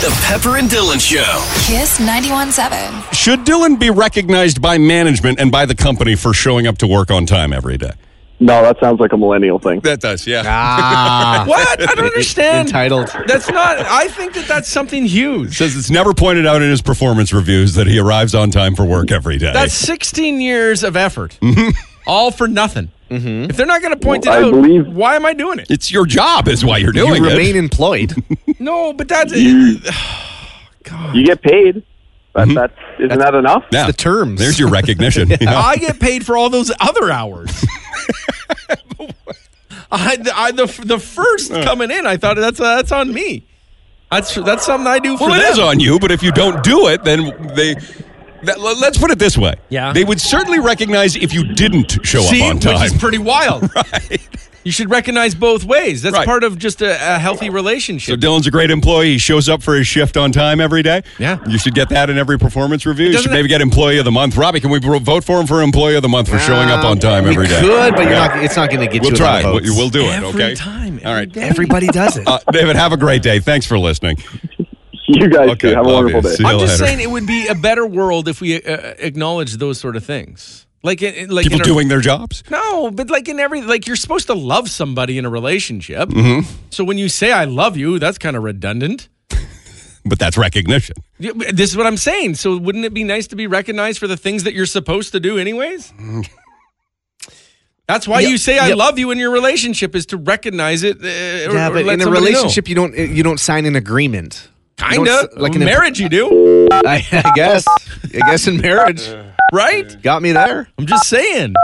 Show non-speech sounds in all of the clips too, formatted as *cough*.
The Pepper and Dylan Show. Kiss 91.7. Should Dylan be recognized by management and by the company for showing up to work on time every day? No, that sounds like a millennial thing. That does, yeah. Ah. What? *laughs* I don't understand. Entitled. That's not. I think that that's something huge. Says it's never pointed out in his performance reviews that he arrives on time for work every day. *laughs* That's 16 years of effort, Mm-hmm. all for nothing. If they're not going to point Well, I it out, believe- why am I doing it? it's your job, is why you're doing You it. remain employed. *laughs* No, but that's You get paid. That, Mm-hmm. that isn't that enough? yeah. the terms. There's your recognition. Yeah. I get paid for all those other *laughs* hours. I, the- I the the first coming in, I thought that's that's on me. That's that's something I do for Well, it them. is on you, but if you don't do it, then they. That, let- let's put it this way. Yeah. They would certainly recognize if you didn't show See, up on time. which is pretty wild. *laughs* Right. You should recognize both ways. That's Right. part of just a, a healthy So relationship. Dylan's a great employee. He shows up for his shift on time every day. Yeah. You should get that in every performance review. You should doesn't it- maybe get employee of the month. Robbie, can we vo- vote for him for employee of the month for showing up Um, on time we every day? could, but you're not, it's not going to get We'll you. a try. lot of We'll, votes. we'll do it. Every okay. time, every All right. day. Everybody does *laughs* it. Uh, David, have a great day. Thanks for listening. *laughs* You guys Okay, do. Have a love wonderful you. day. See you I'm just later. saying it would be a better world if we uh, acknowledged those sort of things. Like, in- in- like People in a- doing their jobs. No, but like in every like you're supposed to love somebody in a relationship. Mm-hmm. So when you say I love you, that's kind of redundant. But that's recognition. Yeah, but This is what I'm saying. So wouldn't it be nice to be recognized for the things that you're supposed to do anyways? That's why Yeah, you say I yeah. love you in your relationship is to recognize it. Uh, or- yeah, or but let in somebody a know. relationship, you don't you don't sign an agreement. You don't Kinda. s- like like an in imp- marriage, you do, *laughs* I, I guess. I guess in marriage, right? got me there. I'm just saying.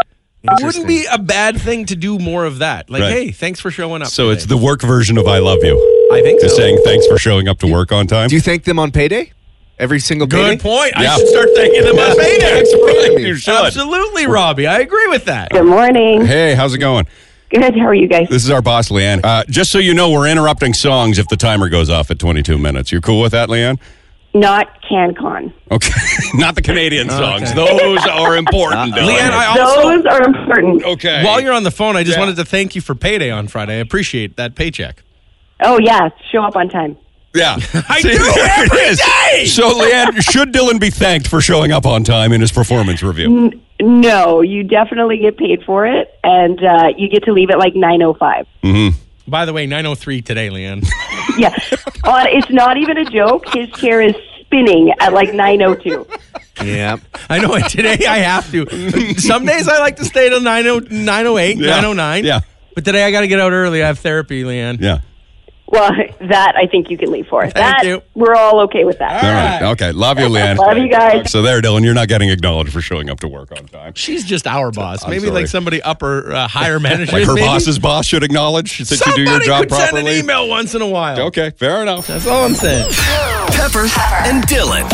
It wouldn't be Interesting. a bad thing to do more of that. Like, Right. hey, thanks for showing up. So today. it's the work version of I love you. I think Just so. saying thanks for showing up to work on time. Do you thank them on payday? Every single Good payday? point. Yeah. I should start thinking Yeah. about payday. Thanks for paying me. You should. Absolutely, Robbie. I agree with that. Good morning. Hey, how's it going? Good. How are you guys? This is our boss, Leanne. Uh, just so you know, we're interrupting songs if the timer goes off at 22 minutes. You're cool with that, Leanne? Not CanCon. Okay. *laughs* Not the Canadian songs. Those are important. Dylan. Uh, Leanne, I also, Those are important. okay. while you're on the phone, I just Yeah. wanted to thank you for payday on Friday. I appreciate that paycheck. Oh, yeah. Show up on time. yeah. *laughs* I do every day! So, Leanne, should Dylan be thanked for showing up on time in his performance Mm, review? No, you definitely get paid for it, and uh, you get to leave at like 9.05. By the way, 903 today, Leanne. *laughs* Yeah. uh, it's not even a joke. His chair is spinning at like 9.02. Yeah. I know it. Today I have to. Some days I like to stay till oh, 90, 908, Yeah. 909. Yeah. But today I got to get out early. I have therapy, Leanne. Yeah. Well, *laughs* that I think you can leave for. that, you. We're all okay with that. All right. Okay. Love you, Leanne. Love you guys. So, there, Dylan, you're not getting acknowledged for showing up to work on time. She's just our boss. I'm maybe sorry. like somebody upper, uh, *laughs* higher management. Like her maybe. boss's boss should acknowledge that Somebody you do your job could properly. send an email once in a while. Okay. Fair enough. That's all I'm saying. Pepper and Dylan.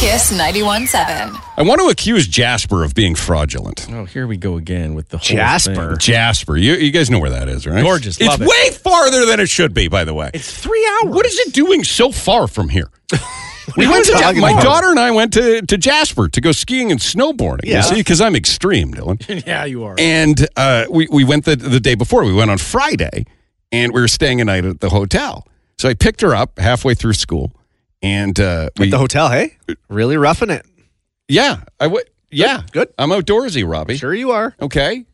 Kiss 91.7. I want to accuse Jasper of being fraudulent. Oh, here we go again with the whole Jasper. thing. Jasper. You, you guys know where that is, right? Gorgeous. It's Love it. way farther than it should be, by the way. It's three hours. what is it doing so far from *laughs* here? we are went to you Ja- talking my about? daughter and I went to, to Jasper to go skiing and snowboarding. You Yeah. see, because I'm extreme, *laughs* Dylan. Yeah, you are. and uh, we, we went the, the day before. We went on Friday and we were staying a night at the hotel. So I picked her up halfway through school. And uh, we, At the hotel, hey? Really roughing it. yeah, I would, yeah, good. I'm outdoorsy, Robbie. Sure you are. Okay.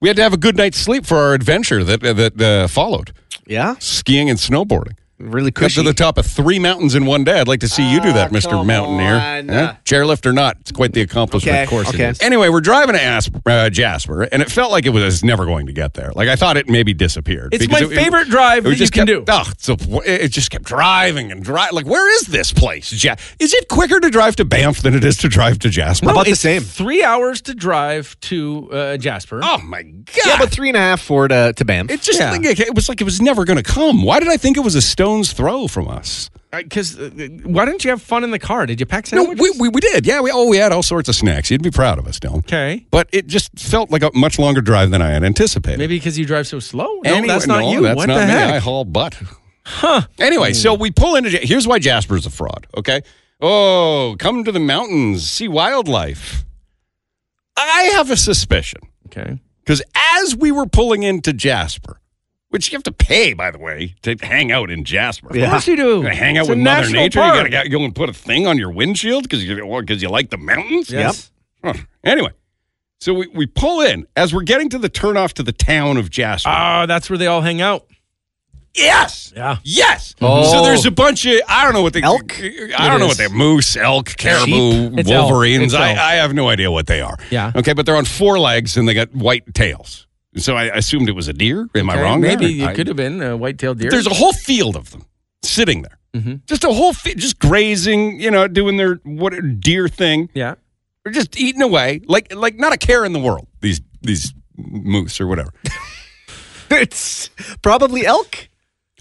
We had to have a good night's sleep for our adventure that that uh, followed Yeah. skiing and snowboarding. Really Cut to cushy. the top of three mountains in one day. I'd like to see you do that, Ah, Mr. come Mountaineer. on. Chairlift or not, it's quite the accomplishment. Okay, Of course it okay. is. Anyway, we're driving to Asp- uh, Jasper, and it felt like it was never going to get there. Like I thought it maybe disappeared. It's because my it- favorite drive was that you just can kept- do. Ugh, so it just kept driving and driving. Like, where is this place? Ja- is it quicker to drive to Banff than it is to drive to Jasper? How about the it's same? Three hours to drive to uh, Jasper. oh my god! Yeah, but three and a half for to, to Banff. It just Yeah. like, it was like it was never going to come. Why did I think it was a stone's throw from us? Because uh, why didn't you have fun in the car? Did you pack No, sandwiches? we, we, we did. Yeah, we oh we had all sorts of snacks. You'd be proud of us, Dylan. okay. But it just felt like a much longer drive than I had anticipated. Maybe because you drive so slow. No, Anyway- that's not no, you. That's what not the me. I heck? Hmm. haul butt. Huh. Anyway, so we pull into. Ja- Here's why Jasper's a fraud. Okay. Oh, come to the mountains, see wildlife. I have a suspicion Okay. because as we were pulling into Jasper, which you have to pay, by the way, to hang out in Jasper. Yeah. Of course you do. You're gonna hang out It's a with Mother national Nature. park. You got to go and put a thing on your windshield because you because you like the mountains. Yes. Huh. Anyway, so we, we pull in as we're getting to the turnoff to the town of Jasper. Oh, that's where they all hang out. yes. Yeah. Yes. Oh. So there's a bunch of I don't know what they Elk? I don't It know what is. they moose, elk, caribou, It's elk. wolverines. It's I, elk. I have no idea what they are. Yeah. Okay, but they're on four legs and they got white tails. So I assumed it was a deer. Am I Okay, wrong? there? Maybe I- it could have been a white-tailed deer. There's a whole field of them sitting there. Mm-hmm. Just a whole field, just grazing, you know, doing their what deer thing. yeah. They're just eating away like like not a care in the world. These these moose or whatever. It's probably elk.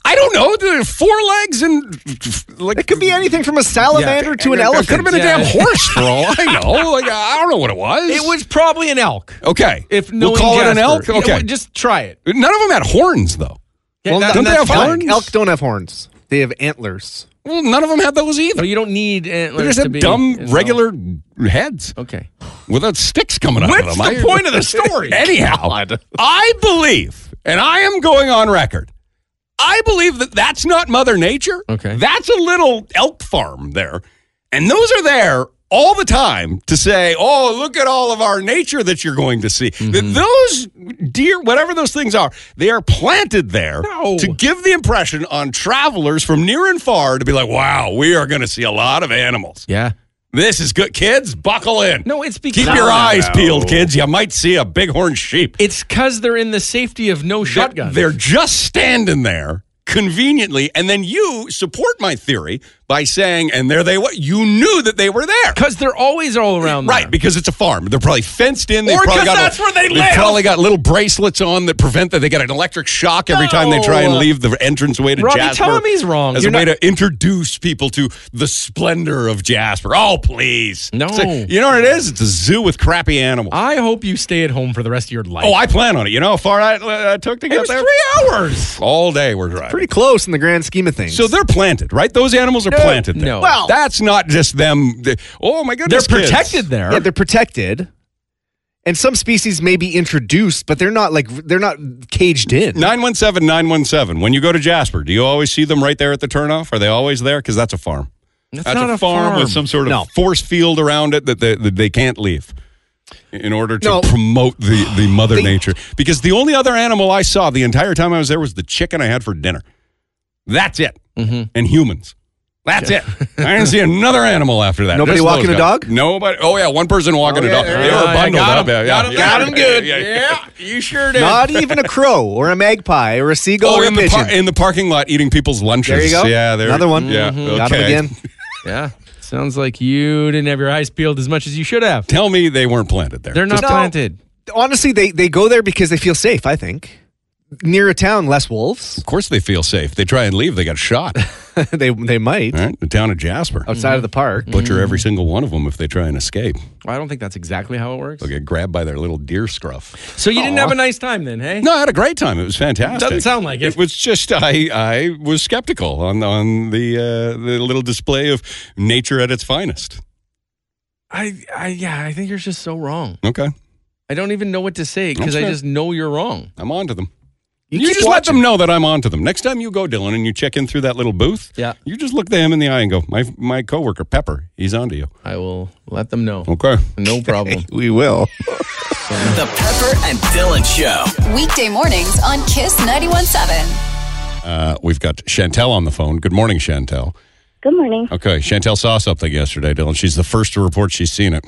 I don't know. They're four legs and like oh, It could be anything from a salamander to an It elephant. Could have been Yeah. a damn horse for all I *laughs* know. Like I don't know what it was. It was probably an elk. okay. If no, we'll call it an elk. Jasper- Okay. Yeah, just try it. None of them had horns though. Well, that- no, don't they that's have fine. horns? elk don't have horns. They have antlers. Well, none of them had those either. But you don't need They antlers just to had be dumb an elk. regular heads Okay. without sticks coming out of What's them. the I- point of the story? *laughs* Anyhow, I believe, and I am going on record, I believe that that's not Mother Nature. Okay. That's a little elk farm there. And those are there all the time to say, oh, look at all of our nature that you're going to see. Mm-hmm. That those deer, whatever those things are, they are planted there No. to give the impression on travelers from near and far to be like, wow, we are going to see a lot of animals. Yeah. This is good. Kids, buckle in. No, it's because Keep your eyes peeled, kids. You might see a bighorn sheep. It's because they're in the safety of no They're- shotgun. They're just standing there conveniently, and then you support my theory by saying, "And there they were." You knew that they were there, because they're always all around. right? Because it's a farm. They're probably fenced in. They Or probably 'cause got a- that's where they they've live. probably got little bracelets on that prevent that. They got an electric shock every time they try and No. leave the entranceway to Robbie Jasper. Tommy's wrong. As You're a way to introduce people to the splendor of Jasper. Oh, please. No. It's a- you know what it is? It's a zoo with crappy animals. I hope you stay at home for the rest of your life. Oh, I plan on it. You know how far I uh, took to get it was there? three hours. All day we're driving. Pretty close in the grand scheme of things. so they're planted, right? Those animals are planted there. no. Well- that's not just them. th- Oh my They're goodness, kids. protected there. Yeah, they're protected. And some species may be introduced, but they're not like they're not caged in. 917 917. When you go to Jasper, do you always see them right there at the turnoff? Are they always there? Because that's a farm. That's That's not a, farm, with some sort of No. force field around it that they, that they can't leave in order to No. promote the, the mother nature. Because the only other animal I saw the entire time I was there was the chicken I had for dinner. That's it. Mm-hmm. And humans. That's it. I didn't see another animal after that. Nobody Just walking those a guys. dog? Nobody. Oh yeah, one person walking a yeah, dog. there They you were go. Yeah, bundled got up. 'em, yeah, got 'em, yeah, got 'em good. Yeah, yeah. you sure did. Not even a crow or a magpie or a seagull Oh, or a in the, pigeon. par- in the parking lot eating people's lunches. there you go. Yeah, there. another one. Mm-hmm. Yeah, Got him okay. again. yeah. Sounds like you didn't have your eyes peeled as much as you should have. Tell me they weren't planted there. They're not No. planted. Honestly, they they go there because they feel safe. I think near a town, less wolves. *laughs* Of course they feel safe. They try and leave, they got shot. *laughs* they they might All right, the town of Jasper. Oh, outside of the park. Butcher mm. every single one of them if they try and escape. Well, I don't think that's exactly how it works. They'll get grabbed by their little deer scruff. So you didn't have a nice time then, hey? No, I had a great time. It was fantastic. Doesn't sound like it. It was just I I was skeptical on on the uh, the little display of nature at its finest. I, I, yeah, I think you're just so wrong. Okay, I don't even know what to say because I Okay. just know you're wrong. I'm on to them. You You, keep just let watching. them know that I'm on to them. Next time you go, Dylan, and you check in through that little booth, Yeah. you just look them in the eye and go, my my coworker Pepper, he's on to you. I will let them know. Okay. *laughs* No problem. *laughs* We will. The Pepper and Dylan Show. Weekday mornings on Kiss 917. Uh, we've got Chantel on the phone. Good morning, Chantel. Good morning. Okay, Chantel saw something yesterday, Dylan. She's the first to report she's seen it.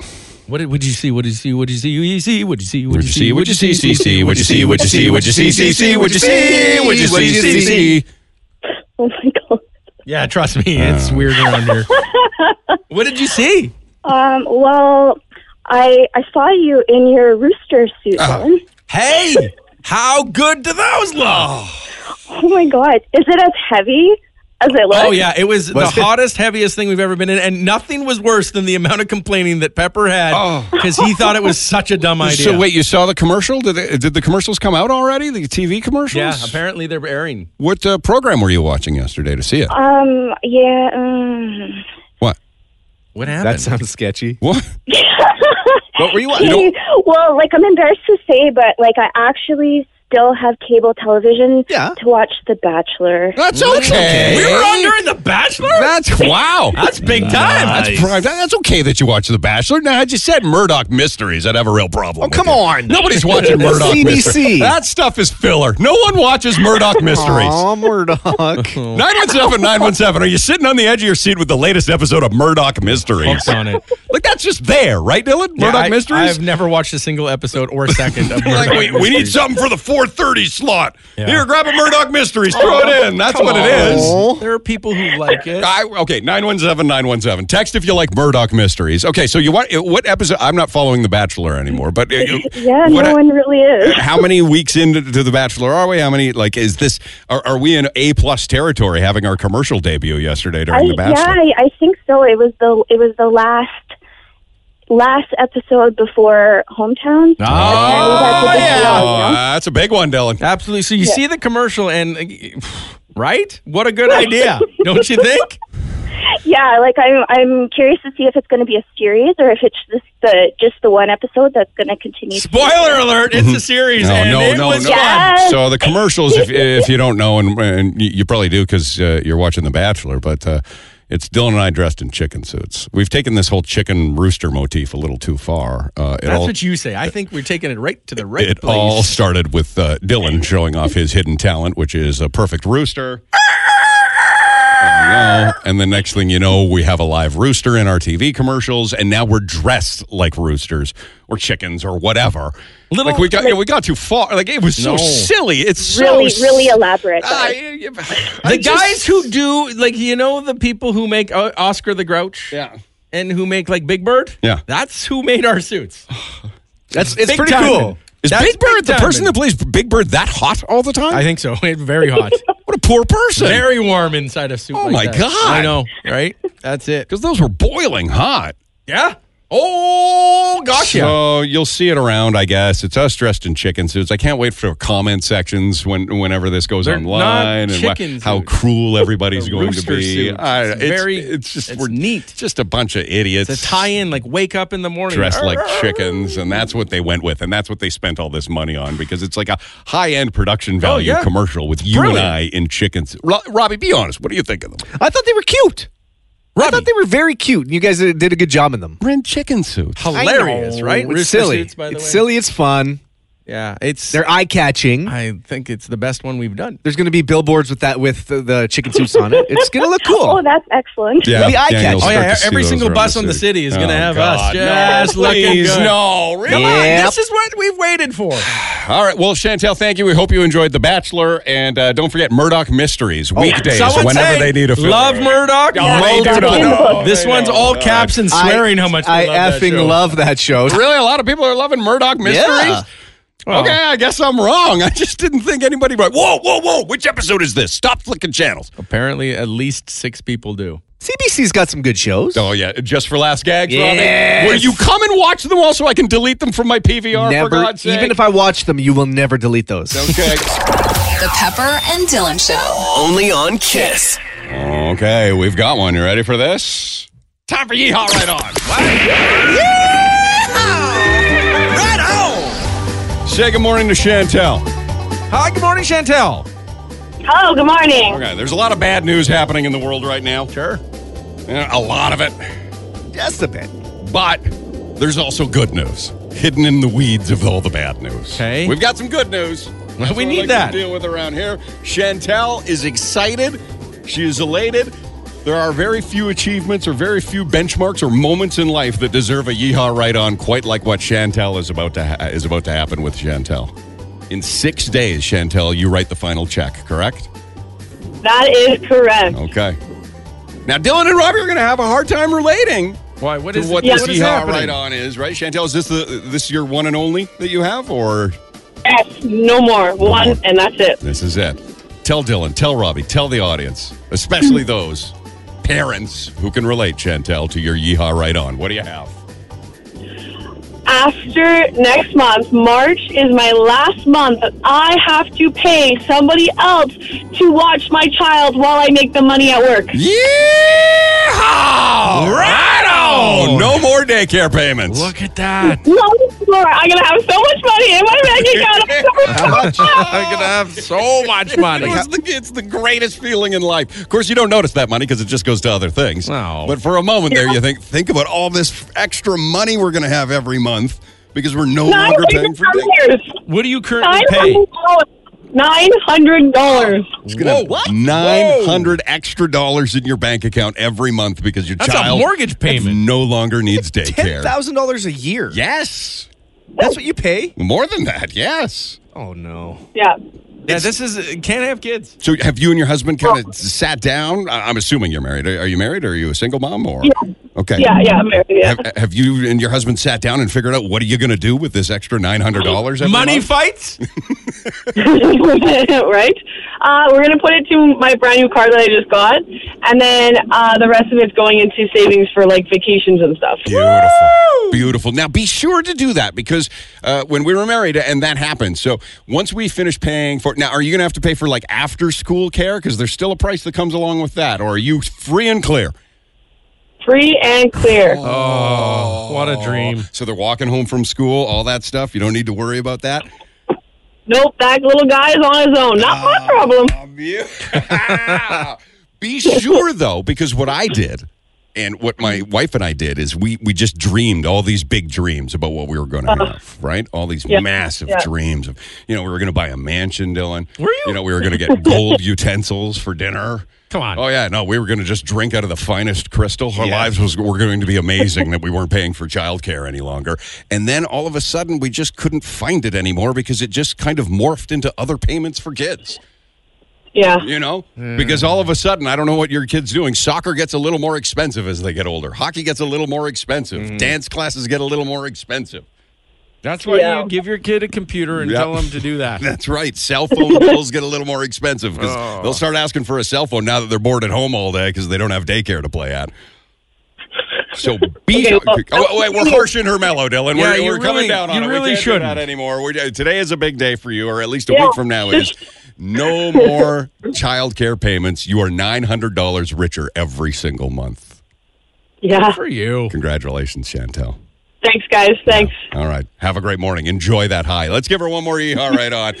What did, what did you see? What did you see? What did you see? What did you see? What did you see? Would you see? Would you see? See? See? Would you see? Would you see? Would you see? See? See? Would you see? Would you see? See? See? Oh my god. Yeah, trust me, it's Uh. weird around here. what did you see? Um, well, I I saw you in your rooster suit. Uh-huh. Dylan. Hey, how good do those look? Oh, Oh my god. Is it as heavy as Oh, it looks? yeah, it was the Was it? hottest, heaviest thing we've ever been in, and nothing was worse than the amount of complaining that Pepper had Oh. because he thought it was such a dumb idea. So wait, you saw the commercial? Did it, did the commercials come out already? The TV commercials? yeah, apparently they're airing. What uh, program were you watching yesterday to see it? Uh, Um. Yeah. Um, What? What That happened? sounds sketchy. What? What were you? *laughs* well, like I'm embarrassed to say, but like I actually still have cable television Yeah. to watch The Bachelor. That's okay. We were on during The Bachelor? That's wow. That's big time. That's prime. that- That's okay that you watch The Bachelor. Now, I just said Murdoch Mysteries. I'd have a real problem. Oh, with come it. on. Nobody's *laughs* watching Murdoch Mysteries. CBC. That stuff is filler. No one watches Murdoch Mysteries. Aw, *laughs* Murdoch. 917 917. Are you sitting on the edge of your seat with the latest episode of Murdoch Mysteries? Hooked on it. Like, that's just there, right, Dylan? Yeah, Murdoch I, Mysteries? I've never watched a single episode or second of You're *laughs* Murdoch. like, we, we need Mysteries. something for the 430 slot. Yeah. Here, grab a Murdoch Mysteries. Throw it in. That's Oh, Come what it is. on. There are people who like it. I, okay, 917 917. Text if you like Murdoch Mysteries. Okay, so you want what episode? I'm not following The Bachelor anymore, but. uh, you- *laughs* Yeah, what no I- one really is. how many weeks into to The Bachelor are we? How many, like, is this, are, are we in A plus territory having our commercial debut yesterday I, during The yeah, Bachelor? I, I think so. It was the it was the last last episode before Hometown. Oh, Oh, that's a big one, Dylan. Absolutely. So you see the commercial and uh, *sighs* right? What a good *laughs* idea. Don't you think? Yeah, like I'm I'm curious to see if it's going to be a series or if it's just the just the one episode that's going to continue. Spoiler alert, it's a series. Mm-hmm. No, Oh, and no, it no, was no. fun. Yes. So the commercials, *laughs* if, if you don't know, and, and you you probably do because uh, you're watching The Bachelor, but uh, it's Dylan and I dressed in chicken suits. We've taken this whole chicken rooster motif a little too far. Uh, it That's all, what you say. I think we're taking it right to the right it place. all started with uh, Dylan showing off his hidden talent, which is a perfect rooster. And, you know, and the next thing you know, we have a live rooster in our TV commercials, and now we're dressed like roosters or chickens or whatever. Little- like we got yeah, we got too far. Like it was so No. silly. It's really so really elaborate. though. I, the guys who do like you know the people who make uh, Oscar the Grouch. Yeah. And who make like Big Bird? Yeah. That's who made our suits. That's it's Big pretty timing. cool. Is That's Big Bird the timing. person that plays Big Bird that hot all the time? I think so. *laughs* It's very *laughs* hot. what a poor person. very warm inside a suit. Oh, like my that. God. I know, right? That's it. Because those were boiling hot. Yeah. Oh, gosh. yeah. So you'll see it around, I guess. It's us dressed in chicken suits. I can't wait for comment sections when whenever this goes They're online not and wha- chicken how suits. cruel everybody's The going to rooster be. suits. I- It's very- it's neat. just a bunch of idiots. It's a tie-in, like wake up in the morning. dressed like Arr! chickens, and that's what they went with, and that's what they spent all this money on because it's like a high-end production value Oh, yeah. commercial with you Brilliant. and I in chickens. Ro- Robbie, be honest. What do you think of them? I thought they were cute. I thought they were very cute. You guys uh, did a good job in them. We're in chicken suits. Hilarious, right? It's Rooster silly. suits, by the it's way. silly. It's fun. Yeah, it's. They're eye catching. I think it's the best one we've done. There's going to be billboards with that with the, the chicken suits on it. It's going to look cool. *laughs* Oh, that's excellent. Yeah, It'll be eye-catching. you'll Oh, start yeah, to see every those single around bus on the city is gonna have us just no, looking please, good. No, Come really. on, Yep. this is what we've waited for. All right. Well, Chantel, thank you. We hope you enjoyed The Bachelor, and uh, don't forget Murdoch Oh, Mysteries weekdays Someone whenever they say, need a filler. Love Murdoch. Oh, they Love do not Murdoch. know. This They one's don't all know. caps and I- swearing. how much I they love that effing show. love that show. Really, a lot of people are loving Murdoch Mysteries. Yeah. Well, Okay, I guess I'm wrong. *laughs* I just didn't think anybody. Whoa, whoa, whoa! Which episode is this? Stop flicking channels. Apparently, at least six people do. CBC's got some good shows. Oh yeah, just for last gags, Yes. Robbie. Will you come and watch them all so I can delete them from my PVR? for never, God's sake? even if I watch them, you will never delete those. okay. The Pepper and Dylan Show. Only on Kiss. Okay, we've got one. You ready for this? Time for yeehaw right on. Right Say good morning to Chantel. Hi, good morning, Chantel. Oh, good morning. Okay, there's a lot of bad news happening in the world right now. Sure. a lot of it. Just a bit. But there's also good news hidden in the weeds of all the bad news. Okay. We've got some good news. That's what I need like that. To deal with around here. Chantel is excited. She is elated. There are very few achievements or very few benchmarks or moments in life that deserve a yeehaw right on quite like what Chantel is about to ha- is about to happen with Chantel. In 6 days, Chantel, you write the final check, correct? That is correct. Okay. Now, Dylan and Robbie are going to have a hard time relating Why? What to is what what this is yeehaw happening? right on is, right? Chantel, is this the this your one and only that you have, or Yes, no more. One, more. and that's it. this is it? Tell Dylan, tell Robbie, tell the audience, especially those parents who can relate, Chantel, to your yeehaw right on. What do you have? After next month, March is my last month that I have to pay somebody else to watch my child while I make the money at work. Yeehaw! Right on! Oh, no more daycare payments. Look at that. *laughs* No more. I'm gonna have so much money in my bank *laughs* *laughs* account. I'm How much? so I'm gonna have so much money. It's the, it's the greatest feeling in life. Of course, you don't notice that money because it just goes to other things. No. But for a moment there, you think, think about all this extra money we're going to have every month because we're no Nine longer paying hundred for daycare. dollars. What do you currently Nine pay? hundred dollars. Nine hundred dollars. It's gonna have Whoa, what? 900 extra dollars in your bank account every month because your That's child a mortgage payment. no longer needs daycare. Ten thousand dollars a year. yes. that's what you pay. More than that, yes. Oh no. Yeah. Yeah, this is can't have kids. So have you and your husband kind of sat down? I- I'm assuming you're married. Are are you married or are you a single mom or? Okay. Yeah. Yeah. I'm married, yeah. Have, have you and your husband sat down and figured out what are you going to do with this extra nine hundred dollars? Money fights. *laughs* right? Uh, we're going to put it to my brand new car that I just got, and then uh, the rest of it's going into savings for like vacations and stuff. Beautiful. Beautiful. Now, be sure to do that because uh, when we were married, and that happened. So once we finish paying for, now, are you going to have to pay for like after school care? Because there's still a price that comes along with that. Or are you free and clear? Free and clear. What a dream. So they're walking home from school, all that stuff. You don't need to worry about that. Nope, that little guy is on his own. Not my problem. Be sure though, because what I did and what my wife and I did is we we just dreamed all these big dreams about what we were going to have, right? All these Uh-huh. Yeah, massive yeah. dreams of, you know, we were going to buy a mansion, Dylan. Were you? You know, we were going to get gold *laughs* utensils for dinner. Come on. Oh yeah, no, we were going to just drink out of the finest crystal. Our lives was were going to be amazing that we weren't paying for childcare any longer. And then all of a sudden, we just couldn't find it anymore because it just kind of morphed into other payments for kids Yeah. you know because all of a sudden i don't know what your kid's doing soccer gets a little more expensive as they get older hockey gets a little more expensive dance classes get a little more expensive That's why Yeah. you give your kid a computer and Yeah. tell him to do *laughs* that. that's right cell *laughs* phone bills get a little more expensive because Oh. they'll start asking for a cell phone now that they're bored at home all day because they don't have daycare to play at *laughs* so be Okay, well- oh, wait we're harshing her mellow dylan Yeah, we're, you we're coming really- down on you it we really can't do that shouldn't. anymore we uh, today is a big day for you or at least a Yeah. week from now is no more child care payments you are $900 richer every single month Yeah. For you. Congratulations, Chantel. Thanks, guys. Thanks. All right. Have a great morning. Enjoy that high. Let's give her one more yee right *laughs* on.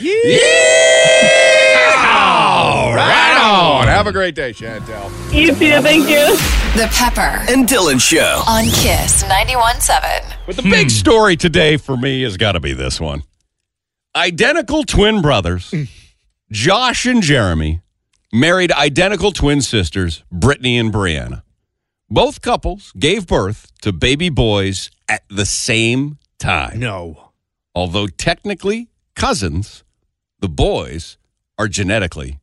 Yeehaw! Right on. Have a great day, Chantel. You too. Thank you. The Pepper And Dylan Show. on Kiss 91.7. But the big story today for me has got to be this one. Identical twin brothers, Josh and Jeremy, married identical twin sisters, Brittany and Brianna. Both couples gave birth to baby boys at the same time. No. Although technically cousins, the boys are genetically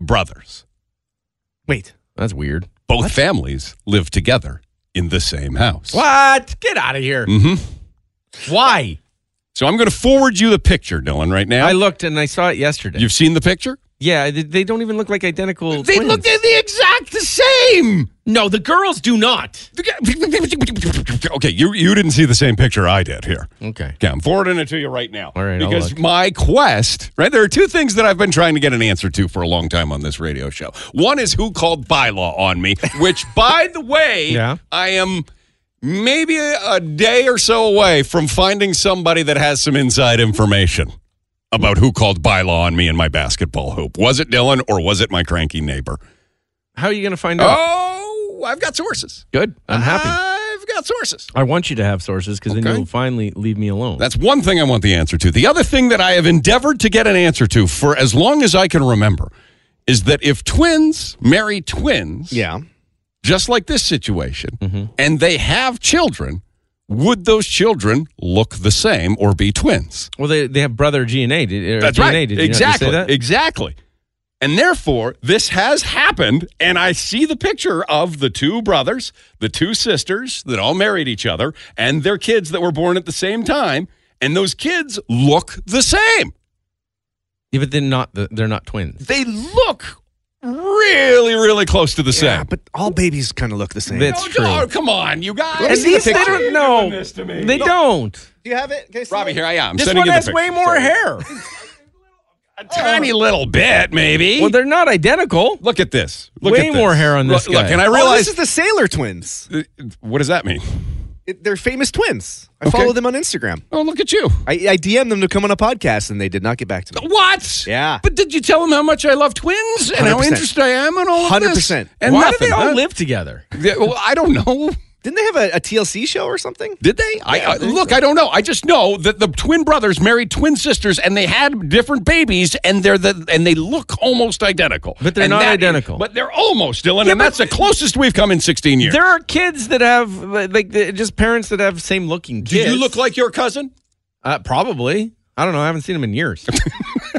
brothers. Wait. That's weird. Both families live together in the same house. What? Get out of here. hmm Why? So I'm going to forward you the picture, Dylan, right now. I looked and I saw it yesterday. You've seen the picture? yeah, they, they don't even look like identical. They twins. look they're the exact same. No, the girls do not. *laughs* Okay, you you didn't see the same picture I did here. Okay. Okay, I'm forwarding it to you right now. All right, I'll Because look. my quest, right? There are two things that I've been trying to get an answer to for a long time on this radio show. One is who called bylaw on *laughs* me, which, by the way, Yeah. I am maybe a, a day or so away from finding somebody that has some inside information about who called bylaw on me in my basketball hoop. Was it Dylan or was it my cranky neighbor? How are you going to find out? Oh, I've got sources. Good. I'm happy. I've got sources. I want you to have sources because Okay. then you'll finally leave me alone. That's one thing I want the answer to. The other thing that I have endeavored to get an answer to for as long as I can remember is that if twins marry twins, Yeah. just like this situation, and they have children, would those children look the same or be twins? well, they, they have brother GNA. Did, or That's DNA, right. Did you not just exactly. say that? Exactly. And therefore, this has happened, and I see the picture of the two brothers, the two sisters that all married each other, and their kids that were born at the same time, and those kids look the same. yeah, but they're not, the, they're not twins. They look really, really close to the Yeah, same. but all babies kind of look the same. That's- oh, true. oh, come on, you guys. And these- Why they are don't you know. doing this to me? They don't. Do you have it? Can I see Robbie, it? here I am. this sending one you the has picture. way more Sorry. hair. A tiny little bit, maybe. Well, they're not identical. Look at this. Look Way at this. more hair on this Look, look, guy. and I Oh, this realize. is the Sailor Twins. what does that mean? It- they're famous twins. I Okay. follow them on Instagram. Oh, look at you. I, I DM them to come on a podcast, and they did not get back to me. What? Yeah. But did you tell them how much I love twins and how 100%. interested I am in all of this? 100%. And Why nothing, do they all huh? live together? Yeah, well, I don't know. Didn't they have a, a TLC show or something? Did they? I, I look. I don't know. I just know that the twin brothers married twin sisters, and they had different babies, and they're the and they look almost identical. But they're And not identical. But they're almost, Dylan, and but- that's the closest we've come in 16 years. There are kids that have like the- just parents that have same looking Do kids. you look like your cousin? uh, probably? I don't know. I haven't seen them in years. *laughs*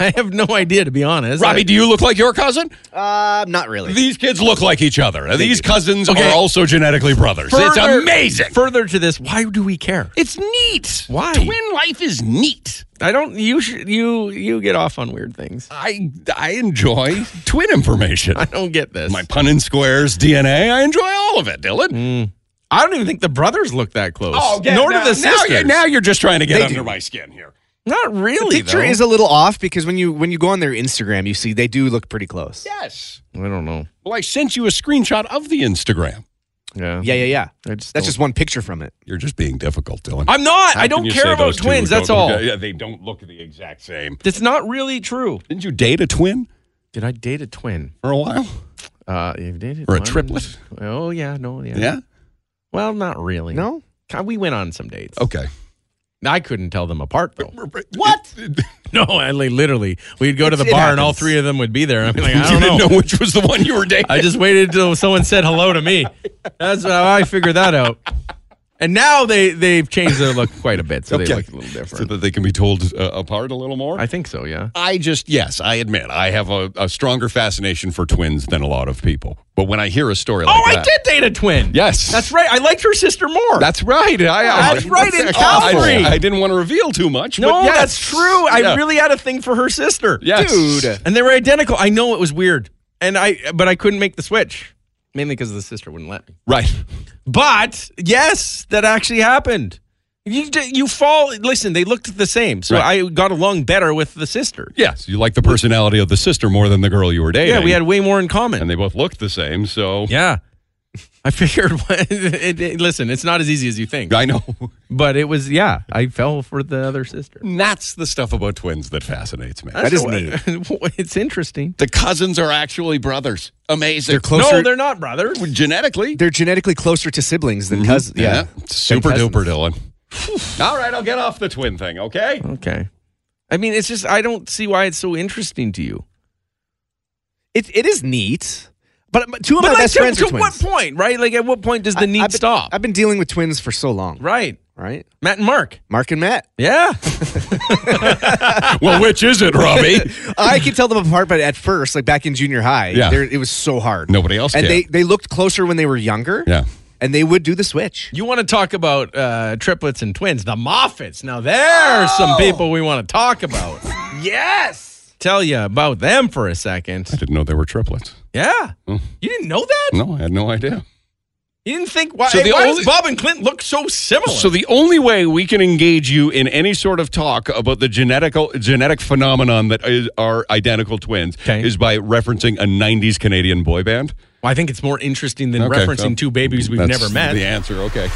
I have no idea to be honest. Uh, Robbie, do you look like your cousin? Uh, not really. These kids look like each other. These cousins Okay. are also genetically brothers. I- it's amazing. Further to this, why do we care? it's neat. Why? Twin life is neat. I don't. You sh- you you get off on weird things. I I enjoy twin information. *laughs* I don't get this. My pun and squares, DNA. I enjoy all of it, Dylan. Oh, I don't even think the brothers look that close. yeah, nor Mm. now- do the sisters. Now, you're- now you're just trying to get They under do. my skin here. Not the really. picture though. is a little off because when you when you go on their Instagram, you see they do look pretty close. Yes. I don't know. Well, I sent you a screenshot of the Instagram. Yeah. Yeah, yeah, yeah. I just don't- That's just one picture from it. You're just being difficult, Dylan. I'm not. How I can don't you care say about those two twins. That's don't- all. Yeah, they don't look the exact same. That's not really true. Didn't you date a twin Did I date a twin? for a while? Uh, you've dated Or a one- triplet? Oh yeah, no, yeah. Yeah. Well, not really. No? God, we went on some dates. *laughs* Okay. I couldn't tell them apart though. *laughs* What? *laughs* No, I li- literally, we'd go to the It bar and all happens. three of them would be *laughs* there. I'm like, I you don't didn't know. know. which was the one you were dating. I just waited until someone said hello to me. That's how I figured that out. And now they they've changed their look quite a bit, so Okay. they look a little so different. that they can be told uh, apart a little more. I think so. Yeah. I just, yes, I admit I have a, a stronger fascination for twins than a lot of people. But when I hear a story like Oh, that. I did date a twin. Yes. That's right. I liked her sister more. That's right. I, That's I, right, in actually awful. Calgary. I, didn't want to reveal too much. no, but yes. that's true. I Yeah. really had a thing for her sister. Yes. Dude. And they were identical. I know it was weird, and I but I couldn't make the switch, mainly because the sister wouldn't let me. Right. But yes, that actually happened. You d- you fall. Listen, they looked the same, so Right. I got along better with the sister. Yes. You like the personality of the sister more than the girl you were dating. Yeah, we had way more in common. And they both looked the same, so. yeah. *laughs* I figured. *laughs* it, it- listen, it's not as easy as you think, I know. *laughs* but it was. Yeah, I fell for the other sister. That's the stuff about twins that fascinates me. That is neat. *laughs* it's interesting. The cousins are actually brothers. Amazing. They're closer. No, they're not brothers. *laughs* Genetically. They're genetically closer to siblings Mm-hmm. than cousins. Yeah. than Super cousins. duper, Dylan. All right, I'll get off the twin thing, okay? Okay. I mean, it's just I don't see why it's so interesting to you. It, it is neat, but but two of my best to, friends to are twins. what point, right? Like, at what point does the need I've been- stop? I've been dealing with twins for so long, right, right? Matt and Mark. Mark and Matt. Yeah. *laughs* well, which is it, *laughs* Robbie? I could tell them apart, but at first, like back in junior high, Yeah. there- it was so hard. Nobody else And can. they they looked closer when they were younger. Yeah. And they would do the switch. you want to talk about uh, triplets and twins? The Moffats. Now there are some Oh! people we want to talk about. yes. Tell you about them for a second. Didn't know they were triplets. Yeah. Hmm. You didn't know that? No, I had no idea. You didn't think why? So hey, the why only- does Bob and Clint look so similar? So the only way we can engage you in any sort of talk about the genetical genetic phenomenon that is, are identical twins Okay. is by referencing a '90s Canadian boy band. Well, I think it's more interesting than Okay, referencing well, two babies we've that's never met. The answer, okay.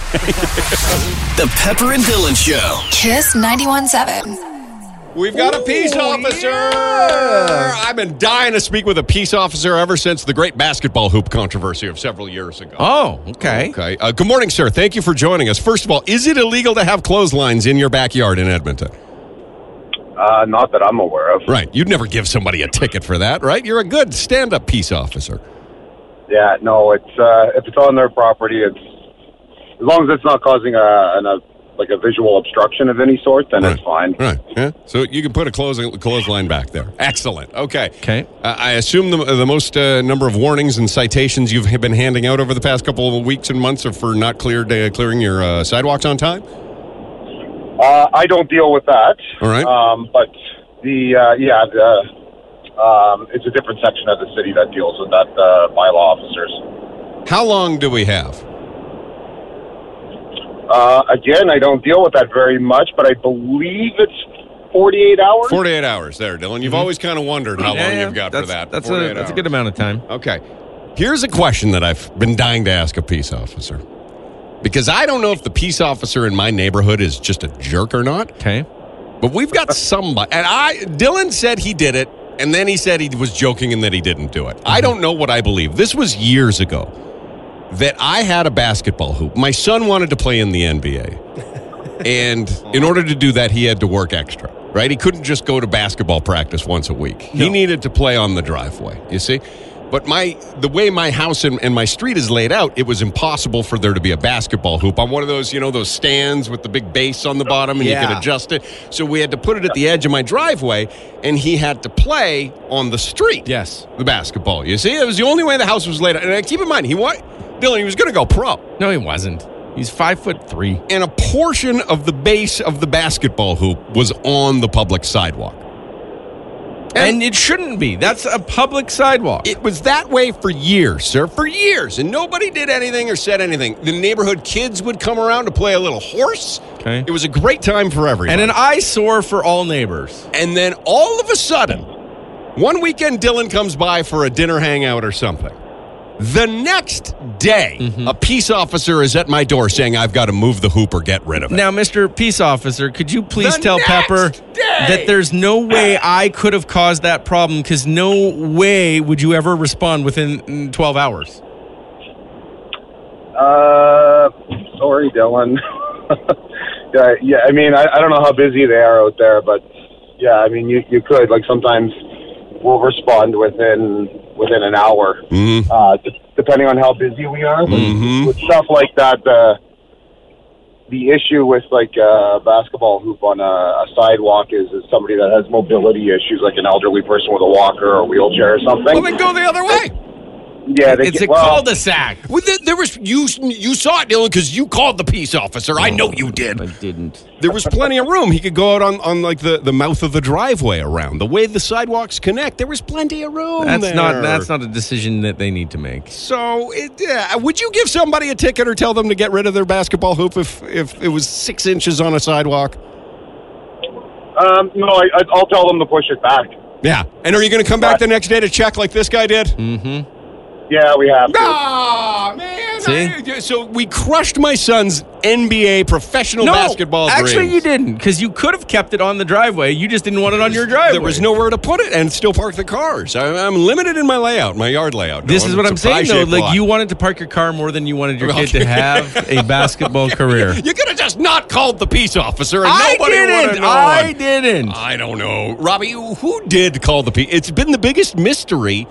The Pepper and Dylan Show. Kiss 917. We've got a peace officer. I've been dying to speak with a peace officer ever since the great basketball hoop controversy of several years ago. Oh, okay. Okay. Uh, good morning, sir. Thank you for joining us. First of all, is it illegal to have clotheslines in your backyard in Edmonton? Uh, not that I'm aware of. Right. You'd never give somebody a ticket for that, right? You're a good stand up peace officer. Yeah, no, it's uh, if it's on their property, it's as long as it's not causing a, an, a like a visual obstruction of any sort, then it's fine. Right. Yeah. So you can put a clothesline, clothesline back there. Excellent. Okay. Okay. Uh, I assume the, the most uh, number of warnings and citations you've been handing out over the past couple of weeks and months are for not cleared, uh, clearing your uh, sidewalks on time? Uh, I don't deal with that. All right. Um, but the uh, yeah, the, um, it's a different section of the city that deals with that uh, bylaw officers. How long do we have? Uh, again, I don't deal with that very much, but I believe it's 48 hours? 48 hours there, Dylan. You've always kind of wondered how Yeah, long Mm-hmm. yeah. you've got that's, for that. That's, 48 a, that's a hours. good amount of time. Okay. Here's a question that I've been dying to ask a peace officer because I don't know if the peace officer in my neighborhood is just a jerk or not, Okay. but we've got somebody. And I, Dylan said he did it, and then he said he was joking and that he didn't do it. I don't know what I believe. This was years ago that I had a basketball hoop. My son wanted to play in the NBA. And in order to do that, he had to work extra, right? He couldn't just go to basketball practice once a week. He needed to play on the driveway, you see? But my the way my house and, and my street is laid out, it was impossible for there to be a basketball hoop on one of those, you know, those stands with the big base on the bottom and you Yeah. can adjust it. So we had to put it at the edge of my driveway and he had to play on the street Yes. the basketball. You see, it was the only way the house was laid out. And uh, keep in mind, he what Dylan, he was going to go pro, No, he wasn't. He's five foot three. and a portion of the base of the basketball hoop was on the public sidewalk. And, it shouldn't be. That's a public sidewalk. It was that way for years, sir, for years, and nobody did anything or said anything. The neighborhood kids would come around to play a little horse. Okay. It was a great time for everyone. and an eyesore for all neighbors. And then all of a sudden, one weekend, Dylan comes by for a dinner hangout or something. The next day, a peace officer is at my door saying, I've got to move the hoop or get rid of it. Now, Mr. Peace Officer, could you please The tell next Pepper day! that there's no way I could have caused that problem because no way would you ever respond within mm, 12 hours? Uh, sorry, Dylan. *laughs* yeah, yeah. I mean, I, I don't know how busy they are out there, but yeah, I mean, you, you could like sometimes we'll respond within within an hour, Mhm. uh, d- depending on how busy we are. But Mhm. With stuff like that, the the issue with like a basketball hoop on a, a sidewalk is, is somebody that has mobility issues, like an elderly person with a walker or a wheelchair or something. Well, then go the other way. yeah, they It's get- a well, cul-de-sac. Well, there, there was you. You saw it, Dylan, because you called the peace officer. I know you did. I didn't. There was plenty of room. He could go out on, on like the, the mouth of the driveway around the way the sidewalks connect. There was plenty of room. That's there. not that's not a decision that they need to make. So, it, yeah, would you give somebody a ticket or tell them to get rid of their basketball hoop if, if it was six inches on a sidewalk? um, no, I, I- I'll tell them to push it back. Yeah. And are you going to come back the next day to check like this guy did? Mm-hmm. Yeah, we have. to. Ah, man. See? I- so we crushed my son's NBA professional basketball actually, dreams. you didn't because you could have kept it on the driveway. You just didn't want it on your driveway. There was nowhere to put it and still park the cars. I, I'm limited in my layout, my yard layout. This Dylan. is what It's I'm a saying though. pie-shaped Like lot. you wanted to park your car more than you wanted *laughs* your kid Okay. to have a basketball career. You could have just not called the peace officer and I *laughs* nobody would have didn't. known. I didn't. I don't know, Robbie. Who did call the P? It's been the biggest mystery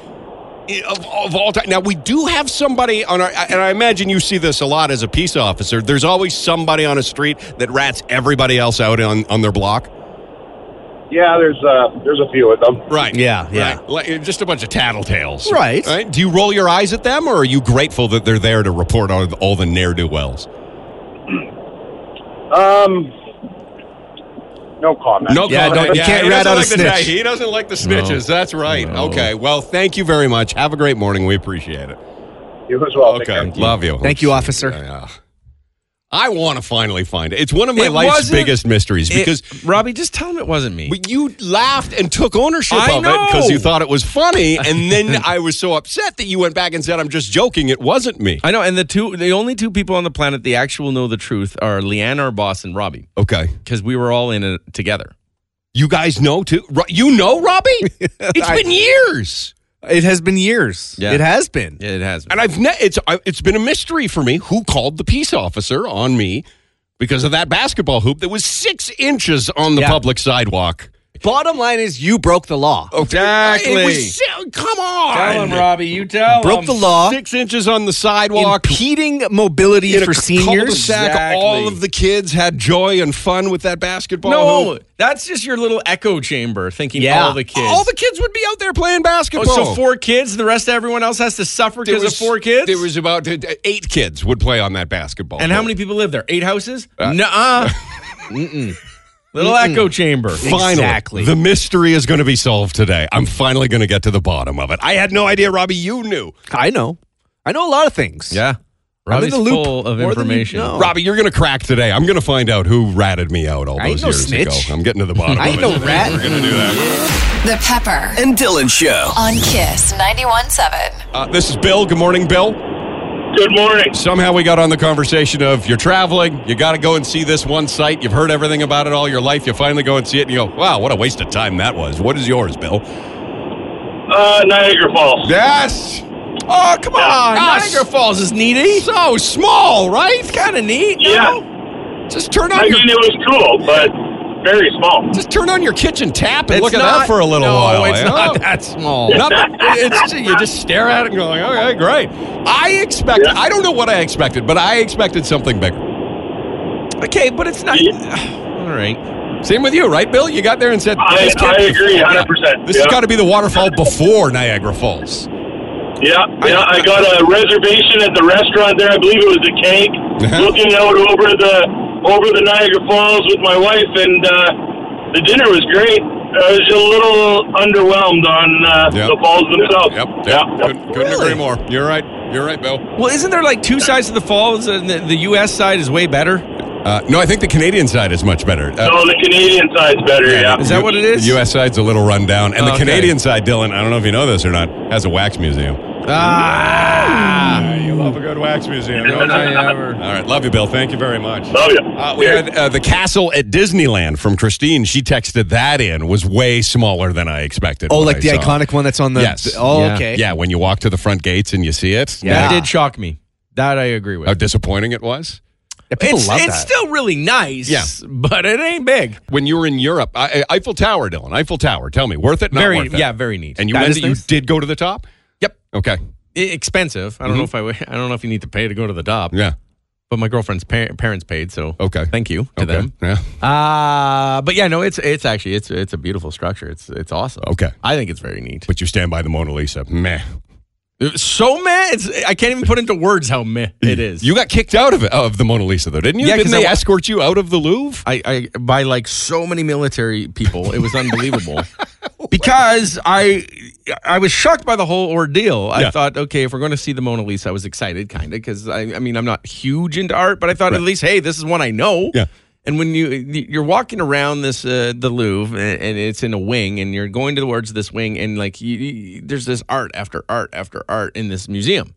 i- of, of all time. Now we do have somebody on our, and I imagine you see this a lot as a peace officer. There's always somebody on a street that rats everybody else out on on their block. Yeah, there's uh, there's a few of them. Right. Yeah, yeah. Right. Like, eh, Just a bunch of tattletales. Right. Do you roll your eyes at them, or are you grateful that they're there to report on all the ne'er do wells? Um, no comment. Yeah, comment. no, you can't he rat doesn't out a like the- snitch. he doesn't like the snitches. That's right. No. Okay. Well, thank you very much. Have a great morning. We appreciate it. You as well. Take Okay. care. Love you. Thank you, officer. Yeah. I want to finally find it. It's one of my It life's wasn't- biggest mysteries It- because Robbie, just tell him it wasn't me. but you laughed and took ownership I of it because know. you thought it was funny, and then I was so upset that you went back and said, "I'm just joking. It wasn't me." I know, and the two, the only two people on the planet the actual know the truth are Leanne, our boss, and Robbie, Okay. because we were all in it together. You guys know too. Ro- You know, Robbie. It's I- been years, It has been years. Yeah. It has been. Yeah, it has. Been. and I've ne- it's I, it's been a mystery for me who called the peace officer on me because of that basketball hoop that was six inches on the Yeah. public sidewalk. Bottom line is you broke the law. Okay. Exactly. It was si- come on. Robbie. You tell broke the law, Six inches on the sidewalk. impeding mobility in a for seniors. cul-de-sac. Exactly. All of the kids had joy and fun with that basketball No, hoop. that's just your little echo chamber thinking Yeah. all the kids. All the kids would be out there playing oh, basketball. so four kids. The rest of everyone else has to suffer There because of was- four kids. There was about uh, eight kids would play on that basketball. and how court. Uh, many people live there? Eight houses? Nuh-uh. Little echo chamber. *laughs* Finally, Exactly. the mystery is going to be solved today. I'm finally going to get to the bottom of it. I had no idea, Robbie. You knew. I know. I know a lot of things. Yeah. I'm in Robbie's the loop full of more than you information. know. Robbie, you're gonna crack today. I'm gonna find out who ratted me out all I ain't those no years snitch. ago. I'm getting to the *laughs* bottom. I ain't of no it. rat. We're gonna do that. The Pepper and Dylan Show. on Kiss 91.7. Uh, this is Bill. Good morning, Bill. Good morning. Somehow we got on the conversation of you're traveling, you got to go and see this one site. You've heard everything about it all your life. You finally go and see it, and you go, "Wow, what a waste of time that was." What is yours, Bill? Uh, Niagara Falls. Yes. Oh, come Ah, on! Niagara Falls is needy. so small, right? Kind of neat. Yeah. Just turn I on your mean, it was cool, but very small. just turn on your kitchen tap and It's look at not- that for a little no, while. it's you eh? not know? that small. *laughs* Not- it's, you just stare at it and go like, okay, great. I expected, Yeah. I don't know what I expected, but I expected something bigger. Okay, but it's not. All right. Same with you, right, Bill? You got there and said, I- this can't I be- agree, yeah. 100%, This yeah. has got to be the waterfall before Niagara Falls. Yeah, yeah. I got a reservation at the restaurant there. I believe it was the Cake. Uh-huh. Looking out over the over the Niagara Falls with my wife, and uh, the dinner was great. I was a little underwhelmed on uh, Yeah. the falls themselves. Yep, yep. Yeah. Couldn't, couldn't agree more. You're right. You're right, Bill. Well, isn't there like two sides of the falls, and the, the U.S. side is way better? Uh, no, I think the Canadian side is much better. Uh, No, the Canadian side's better. Oh, Yeah. Is that what it is? The U.S. side's a little run down. And the Okay. Canadian side, Dylan, I don't know if you know this or not, has a wax museum. Ah, you love a good wax museum. don't you? All right, love you, Bill. Thank you very much. Love you. Uh, we had uh, the castle at Disneyland from Christine. She texted that in was way smaller than I expected. Oh, when like I the saw it. iconic one that's on the. Yes. Oh, Yeah. okay. Yeah, when you walk to the front gates and you see it. Yeah. That did shock me. That I agree with. How disappointing it was. Yeah, people it's love it's that. still really nice, Yeah. but it ain't big. When you were in Europe, I, I- Eiffel Tower, Dylan, Eiffel Tower. Tell me, worth it? Not very, worth it. yeah, very neat. And you That went, is you nice. did go to the top. Yep. Okay. I- expensive. I don't know if I, w- I don't know if you need to pay to go to the top. Mm-hmm. Yeah. But my girlfriend's par- parents paid, so Okay. thank you to okay. them. Yeah. Uh but yeah, no, it's it's actually it's it's a beautiful structure. It's it's awesome. Okay. I think it's very neat. But you stand by the Mona Lisa. Meh. So meh, it's I can't even put into words how meh it is. *laughs* You got kicked out of of the Mona Lisa though, didn't you? Yeah, 'cause didn't they I wa- escort you out of the Louvre? I, I by like so many military people. It was *laughs* unbelievable. because I I was shocked by the whole ordeal. I Yeah. thought, okay, if we're going to see the Mona Lisa, I was excited kind of because I I mean, I'm not huge into art, but I thought at least hey, this is one I know. Yeah. And when you you're walking around this uh, the Louvre and, and it's in a wing and you're going towards this wing and like you, you, there's this art after art after art in this museum.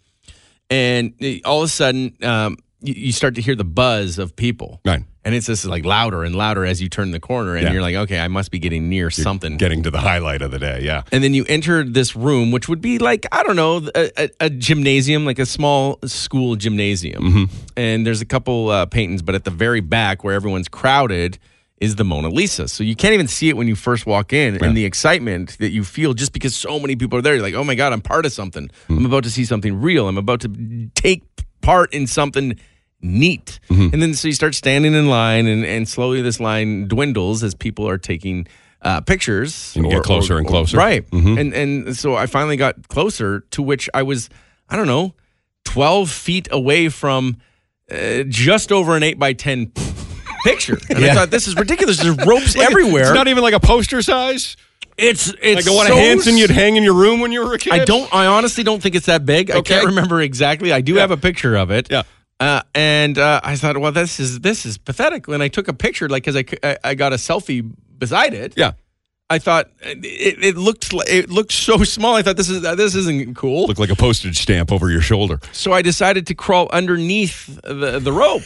And uh, all of a sudden um, you, you start to hear the buzz of people. Right. And it's just like louder and louder as you turn the corner, and Yeah. you're like, okay, I must be getting near something. Getting to the highlight of the day. Yeah. and then you enter this room, which would be like I don't know a, a, a gymnasium, like a small school gymnasium. And there's a couple uh, paintings, but at the very back where everyone's crowded is the Mona Lisa. So you can't even see it when you first walk in, and the excitement that you feel just because so many people are there. You're like, oh my god, I'm part of something. Hmm. I'm about to see something real. I'm about to take part in something neat. Mm-hmm. And then so you start standing in line, and, and slowly this line dwindles as people are taking uh, pictures. And you get closer and closer. Mm-hmm. Right. And and so I finally got closer to which I was, I don't know, 12 feet away from uh, just over an 8 by 10 picture. And I thought, this is ridiculous. There's ropes everywhere. It's not even like a poster size. it's, Like it's the one so of Hanson you'd hang in your room when you were a kid. I don't. I honestly don't think it's that big. I Okay. can't remember exactly. I do have a picture of it. Yeah. Uh, and uh, I thought, well, this is this is pathetic. When I took a picture, like, because I, cou- I I got a selfie beside it. Yeah. I thought it, it looked li- it looked so small. I thought this is this isn't cool. Look like a postage stamp over your shoulder. So I decided to crawl underneath the the rope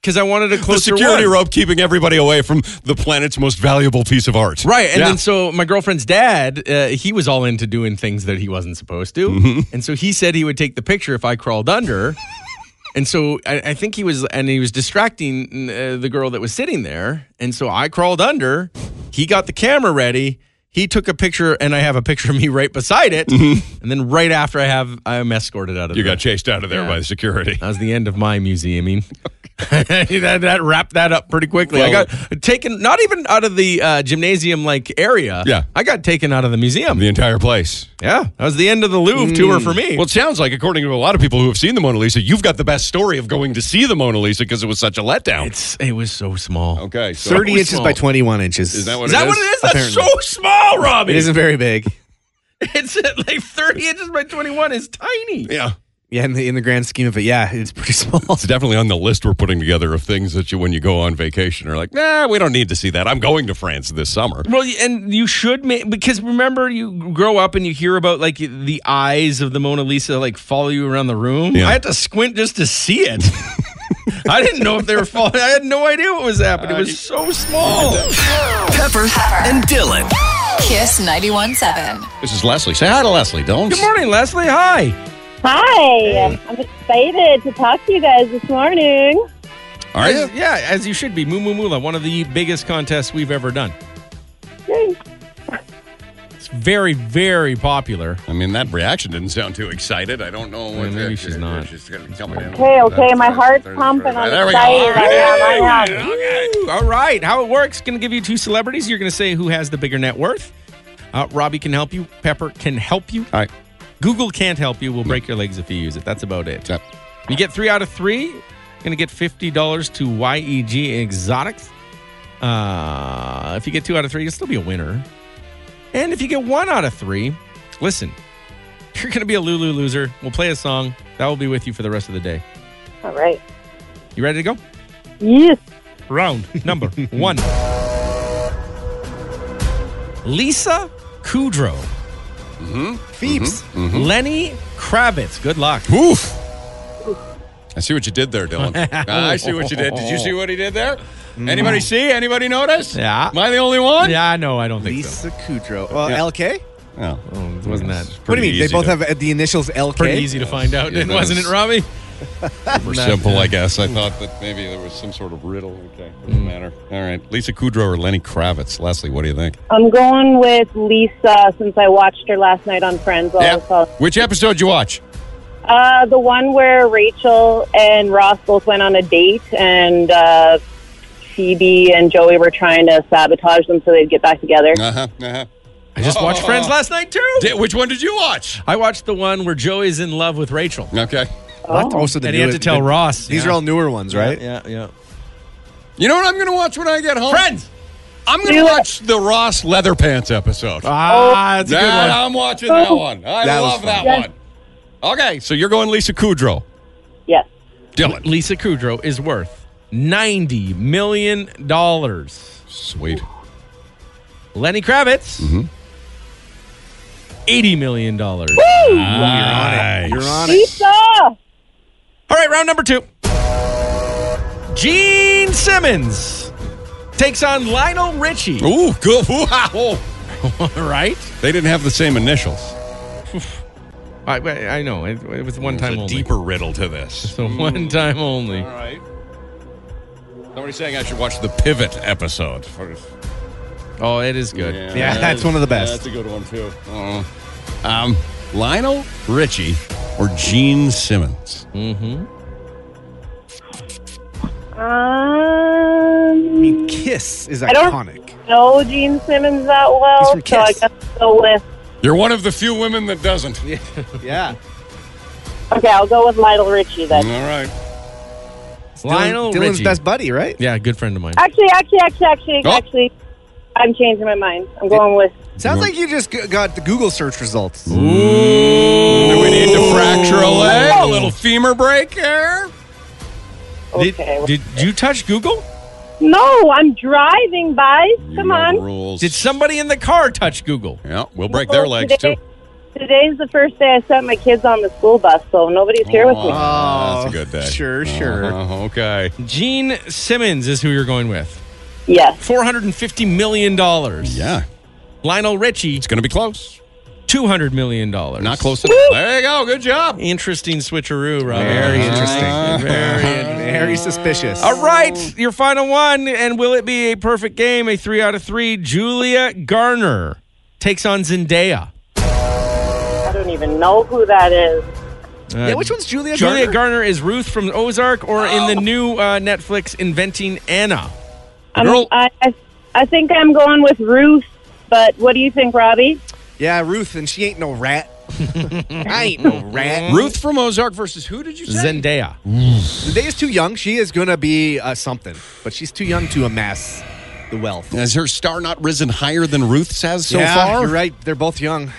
because I wanted a The closer security one. rope keeping everybody away from the planet's most valuable piece of art. Right, and Yeah. then so my girlfriend's dad, uh, he was all into doing things that he wasn't supposed to, Mm-hmm. and so he said he would take the picture if I *laughs* crawled under, and so I, I think he was, and he was distracting uh, the girl that was sitting there, and so I crawled under, he got the camera ready, he took a picture, and I have a picture of me right beside it, and then right after I have, I'm escorted out of. Mm-hmm. you the- got chased out of there Yeah. by the security. *laughs* That was the end of my museuming. *laughs* that, that wrapped that up pretty quickly. I Well- got taken, not even out of the uh, gymnasium like area. Yeah. I got taken out of the museum. The entire place. yeah, that was the end of the Louvre tour for me. Well, it sounds like, according to a lot of people who have seen the Mona Lisa, you've got the best story of going to see the Mona Lisa because it was such a letdown. it's it was so small. okay, so 30 inches small. by 21 inches. is that what Is that it is? what it is? That's so Apparently. small, Robbie. *laughs* It isn't very big. It's like 30 inches by 21 is tiny. Yeah. Yeah, in the in the grand scheme of it, yeah, it's pretty *laughs* small. Mm-hmm. It's definitely on the list we're putting together of things that you, when you go on vacation, are like, nah, we don't need to see that. I'm going to France this summer. Well, and you should make because remember you grow up and you hear about like the eyes of the Mona Lisa like follow you around the room. Yeah. I had to squint just to see it. *laughs* I didn't know if they were falling. I had no idea what was happening. It was so small. Pepper and Dylan. Kiss 91.7. This is Leslie. Say hi to Leslie, Dylan. Good morning, Leslie. Hi. Hi, I'm excited to talk to you guys this morning. All right. As- yeah, as you should be. Moo Moo Moola, one of the biggest contests we've ever done. Yay. It's very, very popular. I mean, that reaction didn't sound too excited. I don't know what Yeah, maybe she's not. She's gonna be coming in. Okay, okay, my heart's pumping. I'm There we go. excited. I am, I am. Woo! All right. How it works? Going to give you two celebrities. You're going to say who has the bigger net worth. Uh, Robbie can help you. Pepper can help you. All right. Google can't help you. We'll break your legs if you use it. That's about it. Yep. You get three out of three. Going to get fifty dollars to YEG Exotics. Uh, if you get two out of three, you'll still be a winner. And if you get one out of three, listen, *laughs* you're going to be a Lulu loser. We'll play a song that will be with you for the rest of the day. All right. You ready to go? Yes. Round number one. Lisa Kudrow. Phoebes. Mm-hmm. Lenny Kravitz. Good luck. *laughs* Oof. I see what you did there, Dylan. *laughs* I see what you did. Did you see what he did there? Anybody see? Anybody notice? Mm-hmm. Yeah. Am I the only one? Yeah, no, I don't think so. Lisa Kudrow. Well, Yeah. LK? Oh. Oh, wasn't that What do you mean? They both have uh, the initials LK? pretty easy to find out, Yeah, didn't- wasn't it, that's- Robbie? Super simple, I guess. Mm. I thought that maybe there was some sort of riddle. Okay, doesn't matter. All right, Lisa Kudrow or Lenny Kravitz? Leslie, what do you think? I'm going with Lisa since I watched her last night on Friends. I'll follow- Which episode did you watch? Uh, the one where Rachel and Ross both went on a date and uh, Phoebe and Joey were trying to sabotage them so they'd get back together. Uh huh. Uh-huh. I just watched Friends last night too. Di- which one did you watch? Oh. I watched the one where Joey's in love with Rachel, Okay. What? Also, the Oh. and he had newer- to tell the- Ross. These Yeah. are all newer ones, right? Yeah, yeah. You know what I'm going to watch when I get home? Friends. I'm going to watch the Ross Leather Pants episode. Ah, that's a good That- one. I'm watching that one. I That was love fun. that one. Okay, so you're going Lisa Kudrow, Yes. Dylan. Lisa Kudrow is worth ninety million dollars. Sweet. Lenny Kravitz, $80 million. All You're on Lisa! right, round number two. Gene Simmons takes on Lionel Richie. Ooh, good. *laughs* Wow. All right. They didn't have the same initials. I, I I know. It, it was one There's time a only. deeper Mm. Uh, riddle to this. *laughs* So one time only. All right. Somebody's saying I should watch the Pivot episode. First. Oh, it is good. Yeah, that's one of the best. that's a good one too. Uh, um, Lionel Richie or Gene Simmons? Mm-hmm. I Um, mean, Kiss is I don't- iconic. know Gene Simmons that He's well, from so I Kiss. guess I'll go with. You're one of the few women that doesn't. Yeah. Okay, I'll go with Lionel Richie All then. right. Lionel Dylan's Richie. best buddy, right? Yeah, good friend of mine. Actually, actually, actually, actually, Oh. actually, I'm changing my mind. I'm going with. Sounds like you just g- got the Google search results. Do we need to fracture a leg? A little femur break here? Did, Okay. well- did you touch Google? no, I'm driving, guys. You Come know the on. Rules. Did somebody in the car touch Google? Yeah, we'll break their legs too. Today- Today's the first day I sent my kids on the school bus, so nobody's here with me. Aw, that's a good day. Sure, sure. Uh-huh, okay. Gene Simmons is who you're going with. Yes. $450 million. Yeah, Lionel Richie, it's going to be close. two hundred million dollars. Not close enough. There you go. Good job. Interesting switcheroo, Rob. Very interesting. Very interesting. *laughs* Very suspicious. All right, your final one, and will it be a perfect game? A three out of three. Julia Garner takes on Zendaya. I don't even know who that is. Uh, Yeah, which one's Julia? Julia Garner? Garner is Ruth from Ozark, or in the new uh, Netflix Inventing Anna. I'm, Girl. Um, I, I, I think I'm going with Ruth, but what do you think, Robbie? Yeah, Ruth, and she ain't no rat. *laughs* I ain't no rat. Ruth from Ozark versus who did you say? Zendaya. The day is too young. She is gonna be uh, something, but she's too young to amass the wealth. Has her star not risen higher than Ruth's has so yeah, far? you're right. They're both young.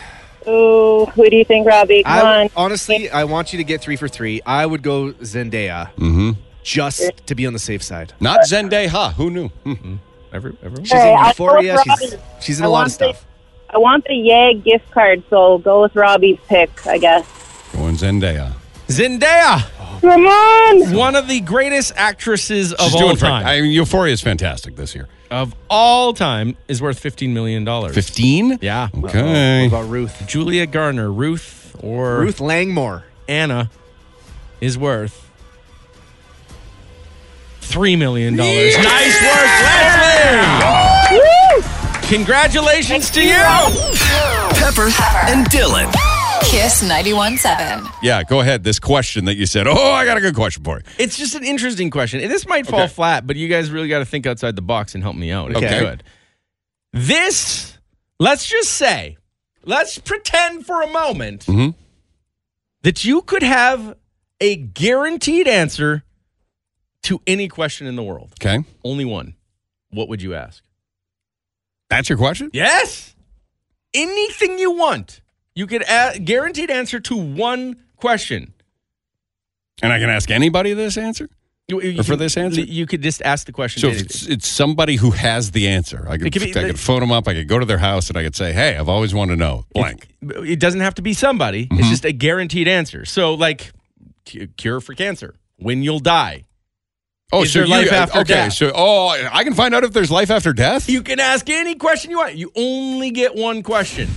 Ooh, who do you think, Robbie? Come I, on. honestly, I want you to get three for three. I would go Zendaya Mm-hmm. just to be on the safe side. Not Zendaya. Who knew? *laughs* Mhm. Every, everyone? She's Hey, in I'll Euphoria. go She's, Robin. she's in a I lot want of stuff. I want the Yag gift card, so go with Robbie's pick, I guess. Going Zendaya. Zendaya, Come on! one of the greatest actresses of She's all doing fan- time. I mean, Euphoria is fantastic this year. of all time is worth $15 million. 15? Yeah. What Okay. about Ruth? Julia Garner, Ruth, or Ruth Langmore. Anna is worth $3 million. Nice work, Leslie! Congratulations to you! Pepper, and Dylan. Kiss 917. Yeah, go ahead. This question that you said, oh, I got a good question for you. It's just an interesting question. And This might fall Okay. flat, but you guys really got to think outside the box and help me out. if you Okay. could. This, let's just say, let's pretend for a moment Mhm. that you could have a guaranteed answer to any question in the world. Okay. Only one. What would you ask? That's your question? Yes. Anything you want. You could a- guaranteed answer to one question. And I can ask anybody this answer? You- you Or for can- this answer? you could just ask the question. So to if it's, it's somebody who has the answer. I could, It could be- I could phone them up. I could go to their house and I could say, hey, I've always wanted to know blank. it doesn't have to be somebody. Mm-hmm. It's just a guaranteed answer. So like cu- cure for cancer, when you'll die. Oh, Is there life after okay, death? so oh, I can find out if there's life after death. You can ask any question you want. You only get one question.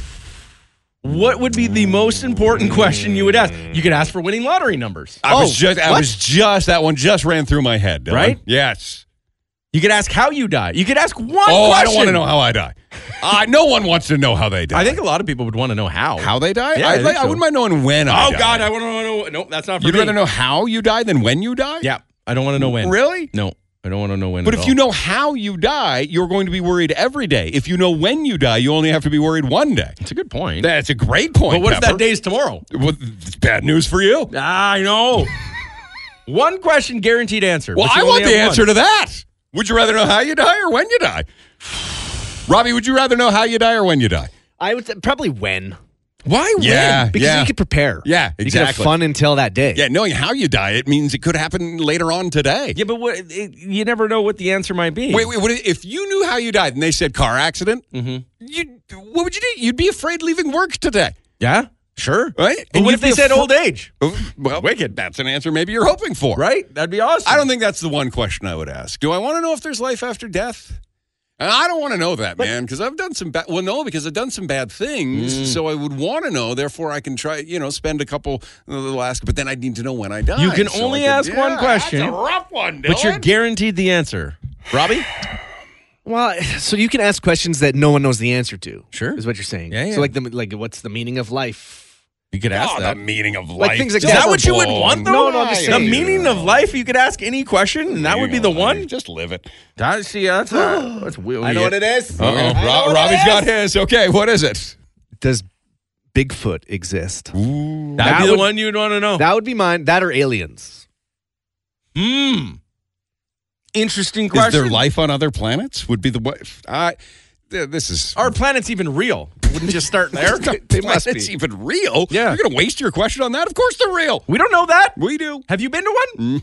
What would be the most important question you would ask? You could ask for winning lottery numbers. I was Oh, just, I what? was just that one just ran through my head. Dylan. Right? Yes. You could ask how you die. You could ask one Oh, question. I don't want to know how I *laughs* die. Uh, no one wants to know how they die. I think a lot of people would want to know how. how they die. Yeah, I I'd think like- I, so. wouldn't mind knowing when. I Oh die. God, I want to know. No, that's not for You'd me. rather know how you die than when you die. Yeah, I don't want to know when. Really? No, I don't want to know when. But at if you all. know how you die, you're going to be worried every day. If you know when you die, you only have to be worried one day. it's a good point. That's a great point. but what if Pepper. that day's tomorrow? Well, it's bad news for you. *laughs* I know. one question, guaranteed answer. Well, but I you only want the have answer one. to that. Would you rather know how you die or when you die? Robbie, would you rather know how you die or when you die? I would say probably when. Why yeah, Because yeah. you could prepare. Yeah, You could have exactly. fun until that day. yeah, knowing how you die, it means it could happen later on today. Yeah, but what, it, you never know what the answer might be. Wait, wait, what, if you knew how you died and they said car accident, Mhm. you what would you do? You'd be afraid leaving work today, Yeah, sure. right? But And what you'd if they be said afr- old age? Oh, Well, wicked. That's an answer maybe you're hoping for. Right? That'd be awesome. I don't think that's the one question I would ask. Do I want to know if there's life after death? And I don't want to know that, man, because I've done some bad. Well, no, because I've done some bad things, Mm. so I would want to know. Therefore, I can try, you know, spend a couple uh, the last, but then I need to know when I die. You can so I only could- ask one Yeah, question, That's a rough one, But you're Dylan. guaranteed the answer, Robbie. Well, so you can ask questions that no one knows the answer to. Sure. is what you're saying. Yeah, yeah. So like, the, like, what's the meaning of life? You could oh, the meaning of life. Like things like Is that. that what you would want, though? No, no, I'm just the saying. meaning of life. You could ask any question, and that would be the one. Just live it. I see. That's uh, *gasps* that's weird. is. Uh oh, Robbie's got his. Okay, what is it? Does Bigfoot exist? Ooh. That'd be That the would- one you'd want to Oh. know. That would be mine. That or aliens? Hmm. Interesting Is question. there life on other planets? Would be the what? I. th- This is Are planets even real? Wouldn't *laughs* you start there? they must it's even real. Yeah. You're going to waste your question on that? Of course they're real. We don't know that. We do. Have you been to one?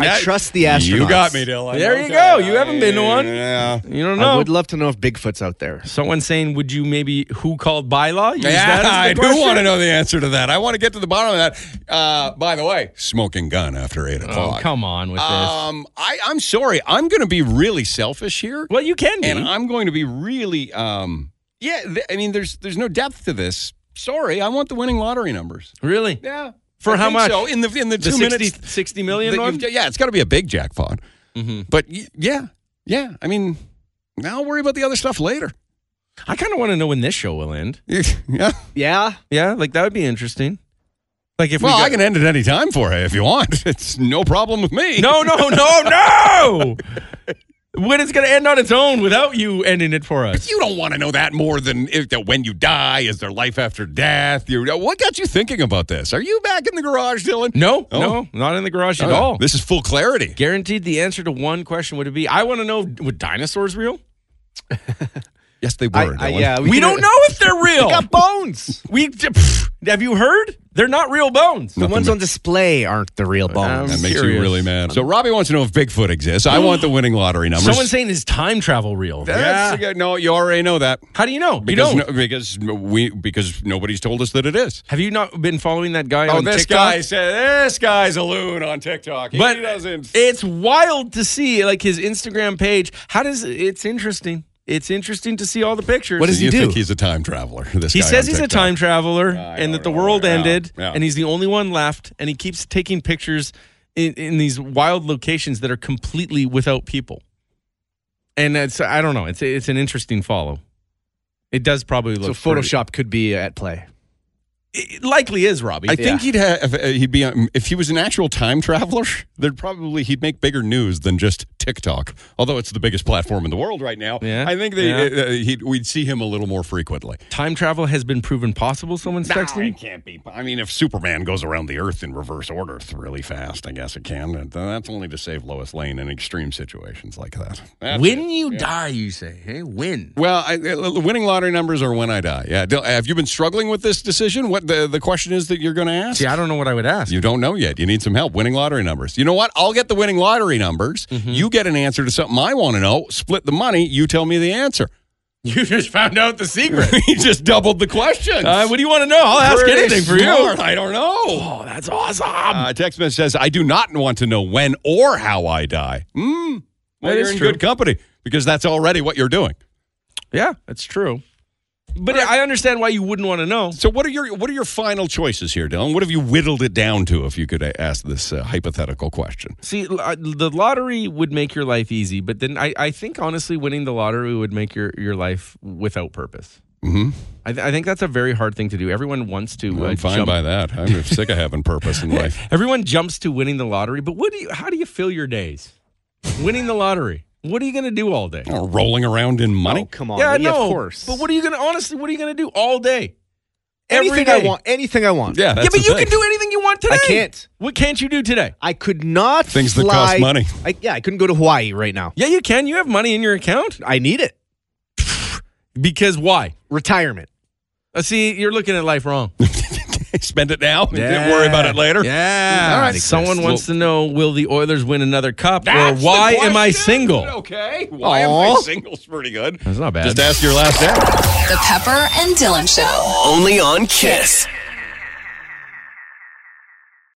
I trust the astronauts. You got me, Dylan. There you go. You haven't been to one. Yeah. You don't I know. would love to know if Bigfoot's out there. Someone saying, "Would you maybe who called bylaw?" Use that Yeah, as the I do question? want to know the answer to that. I want to get to the bottom of that. Uh, by the way, smoking gun after 8 Oh, o'clock. come on with this. um, I, I'm sorry. I'm going to be really selfish here. Well, you can be. And I'm going to be really, um, yeah, th- I mean, there's there's no depth to this. Sorry, I want the winning lottery numbers. really? Yeah. For I how think much? So in the in the, The two 60, minutes 60 million that one? you've- yeah, it's got to be a big jackpot. Mhm. But y- yeah, yeah. I mean, now I'll worry about the other stuff later. *laughs* I kind of want to know when this show will end. yeah. Yeah. Yeah, like that would be interesting. Like if well, we I *laughs* can end at any time for you if you want. *laughs* It's no problem with me. No, no, *laughs* no, no. when it's gonna end on its own without you ending it for us. You don't want to know that more than if, that when you die, is there life after death? You, what got you thinking about this? Are you back in the garage, Dylan? No, Oh. no, not in the garage at Okay. all. This is full clarity. Guaranteed the answer to one question would it be I want to know would dinosaurs real? Yes, they were. I- I- Dylan. yeah, We, can- don't know if they're real. They got bones. we pff, have you heard? They're not real bones. the ones on display aren't the real bones. That makes you curious. really mad. So Robbie wants to know if Bigfoot exists. I want the winning lottery numbers. Someone's saying is time travel real? That's a good- no, you already know that. How do you know? Because you don't. no- because we because nobody's told us that it is. have you not been following that guy Oh, on this TikTok? guy said this guy's a loon on TikTok. He but doesn't. it's wild to see like his Instagram page. How does it's interesting? It's interesting to see all the pictures. What does he you do? think he's a time traveler? This He guy says on he's a TikTok. time traveler I and don't that the know. world Yeah, ended yeah. and he's the only one left and he keeps taking pictures in, in these wild locations that are completely without people. And it's I don't know, it's it's an interesting follow. It does probably So look Photoshop could be at play. pretty- it likely is Robbie. I think he'd have uh, he'd be on, if he was an actual time traveler, there'd probably he'd make bigger news than just TikTok. Although it's the biggest platform in the world right now, Yeah, I think they, yeah. uh, he'd, we'd see him a little more frequently. time travel has been proven possible. Someone's No, texting. it can't be. I mean, if Superman goes around the Earth in reverse order th- really fast, I guess it can. And That's only to save Lois Lane in extreme situations like that. That's it. When you die, you say, hey, when? Well, I, uh, the winning lottery numbers are when I die. Yeah. Dil- Have you been struggling with this decision? What the, the question is that you're going to ask? See, I don't know what I would ask. You don't know yet. You need some help. Winning lottery numbers. You know what? I'll get the winning lottery numbers. Mm-hmm. You get an answer to something I want to know. Split the money. You tell me the answer. You just found out the *laughs* secret. you just doubled the questions. uh, what do you want to know? I'll ask Pretty anything for you. smart. I don't know. Oh, that's awesome. Uh, text message says, I do not want to know when or how I die. Mm. Well, That you're is in true. good company because that's already what you're doing. Yeah, that's true. But I understand why you wouldn't want to know. So, what are your what are your final choices here, Dylan? What have you whittled it down to? If you could uh, ask this uh, hypothetical question, See, l- I- the lottery would make your life easy, but then I, I think honestly, winning the lottery would make your, your life without purpose. Mm-hmm. Mhm. I, th- I think that's a very hard thing to do. Everyone wants to. uh, I'm fine jump- by that. *laughs* I'm sick of having purpose in life. Everyone jumps to winning the lottery, but what do you? How do you fill your days? winning the lottery. What are you going to do all day? Uh, rolling around in money. Oh, come on. yeah, I Lee, know. Of course. But what are you going to honestly? What are you going to do all day? Every anything I day. want. Anything I want. yeah, that's yeah, but the you thing. can do anything you want today. I can't. What can't you do today? I could not Things that fly. cost money. I, yeah, I couldn't go to Hawaii right now. Yeah, you can. You have money in your account. I need it. Because why? Retirement. Uh, see, you're looking at life *laughs* wrong. *laughs* spend it now. and Don't worry about it later. Yeah. All right. Someone Well- wants to know will the Oilers win another cup That's or the why am I question? single? Okay, why am I Aw. single's pretty good. That's not bad. Just ask your last dad. The Pepper and Dylan Show. Only on Kiss.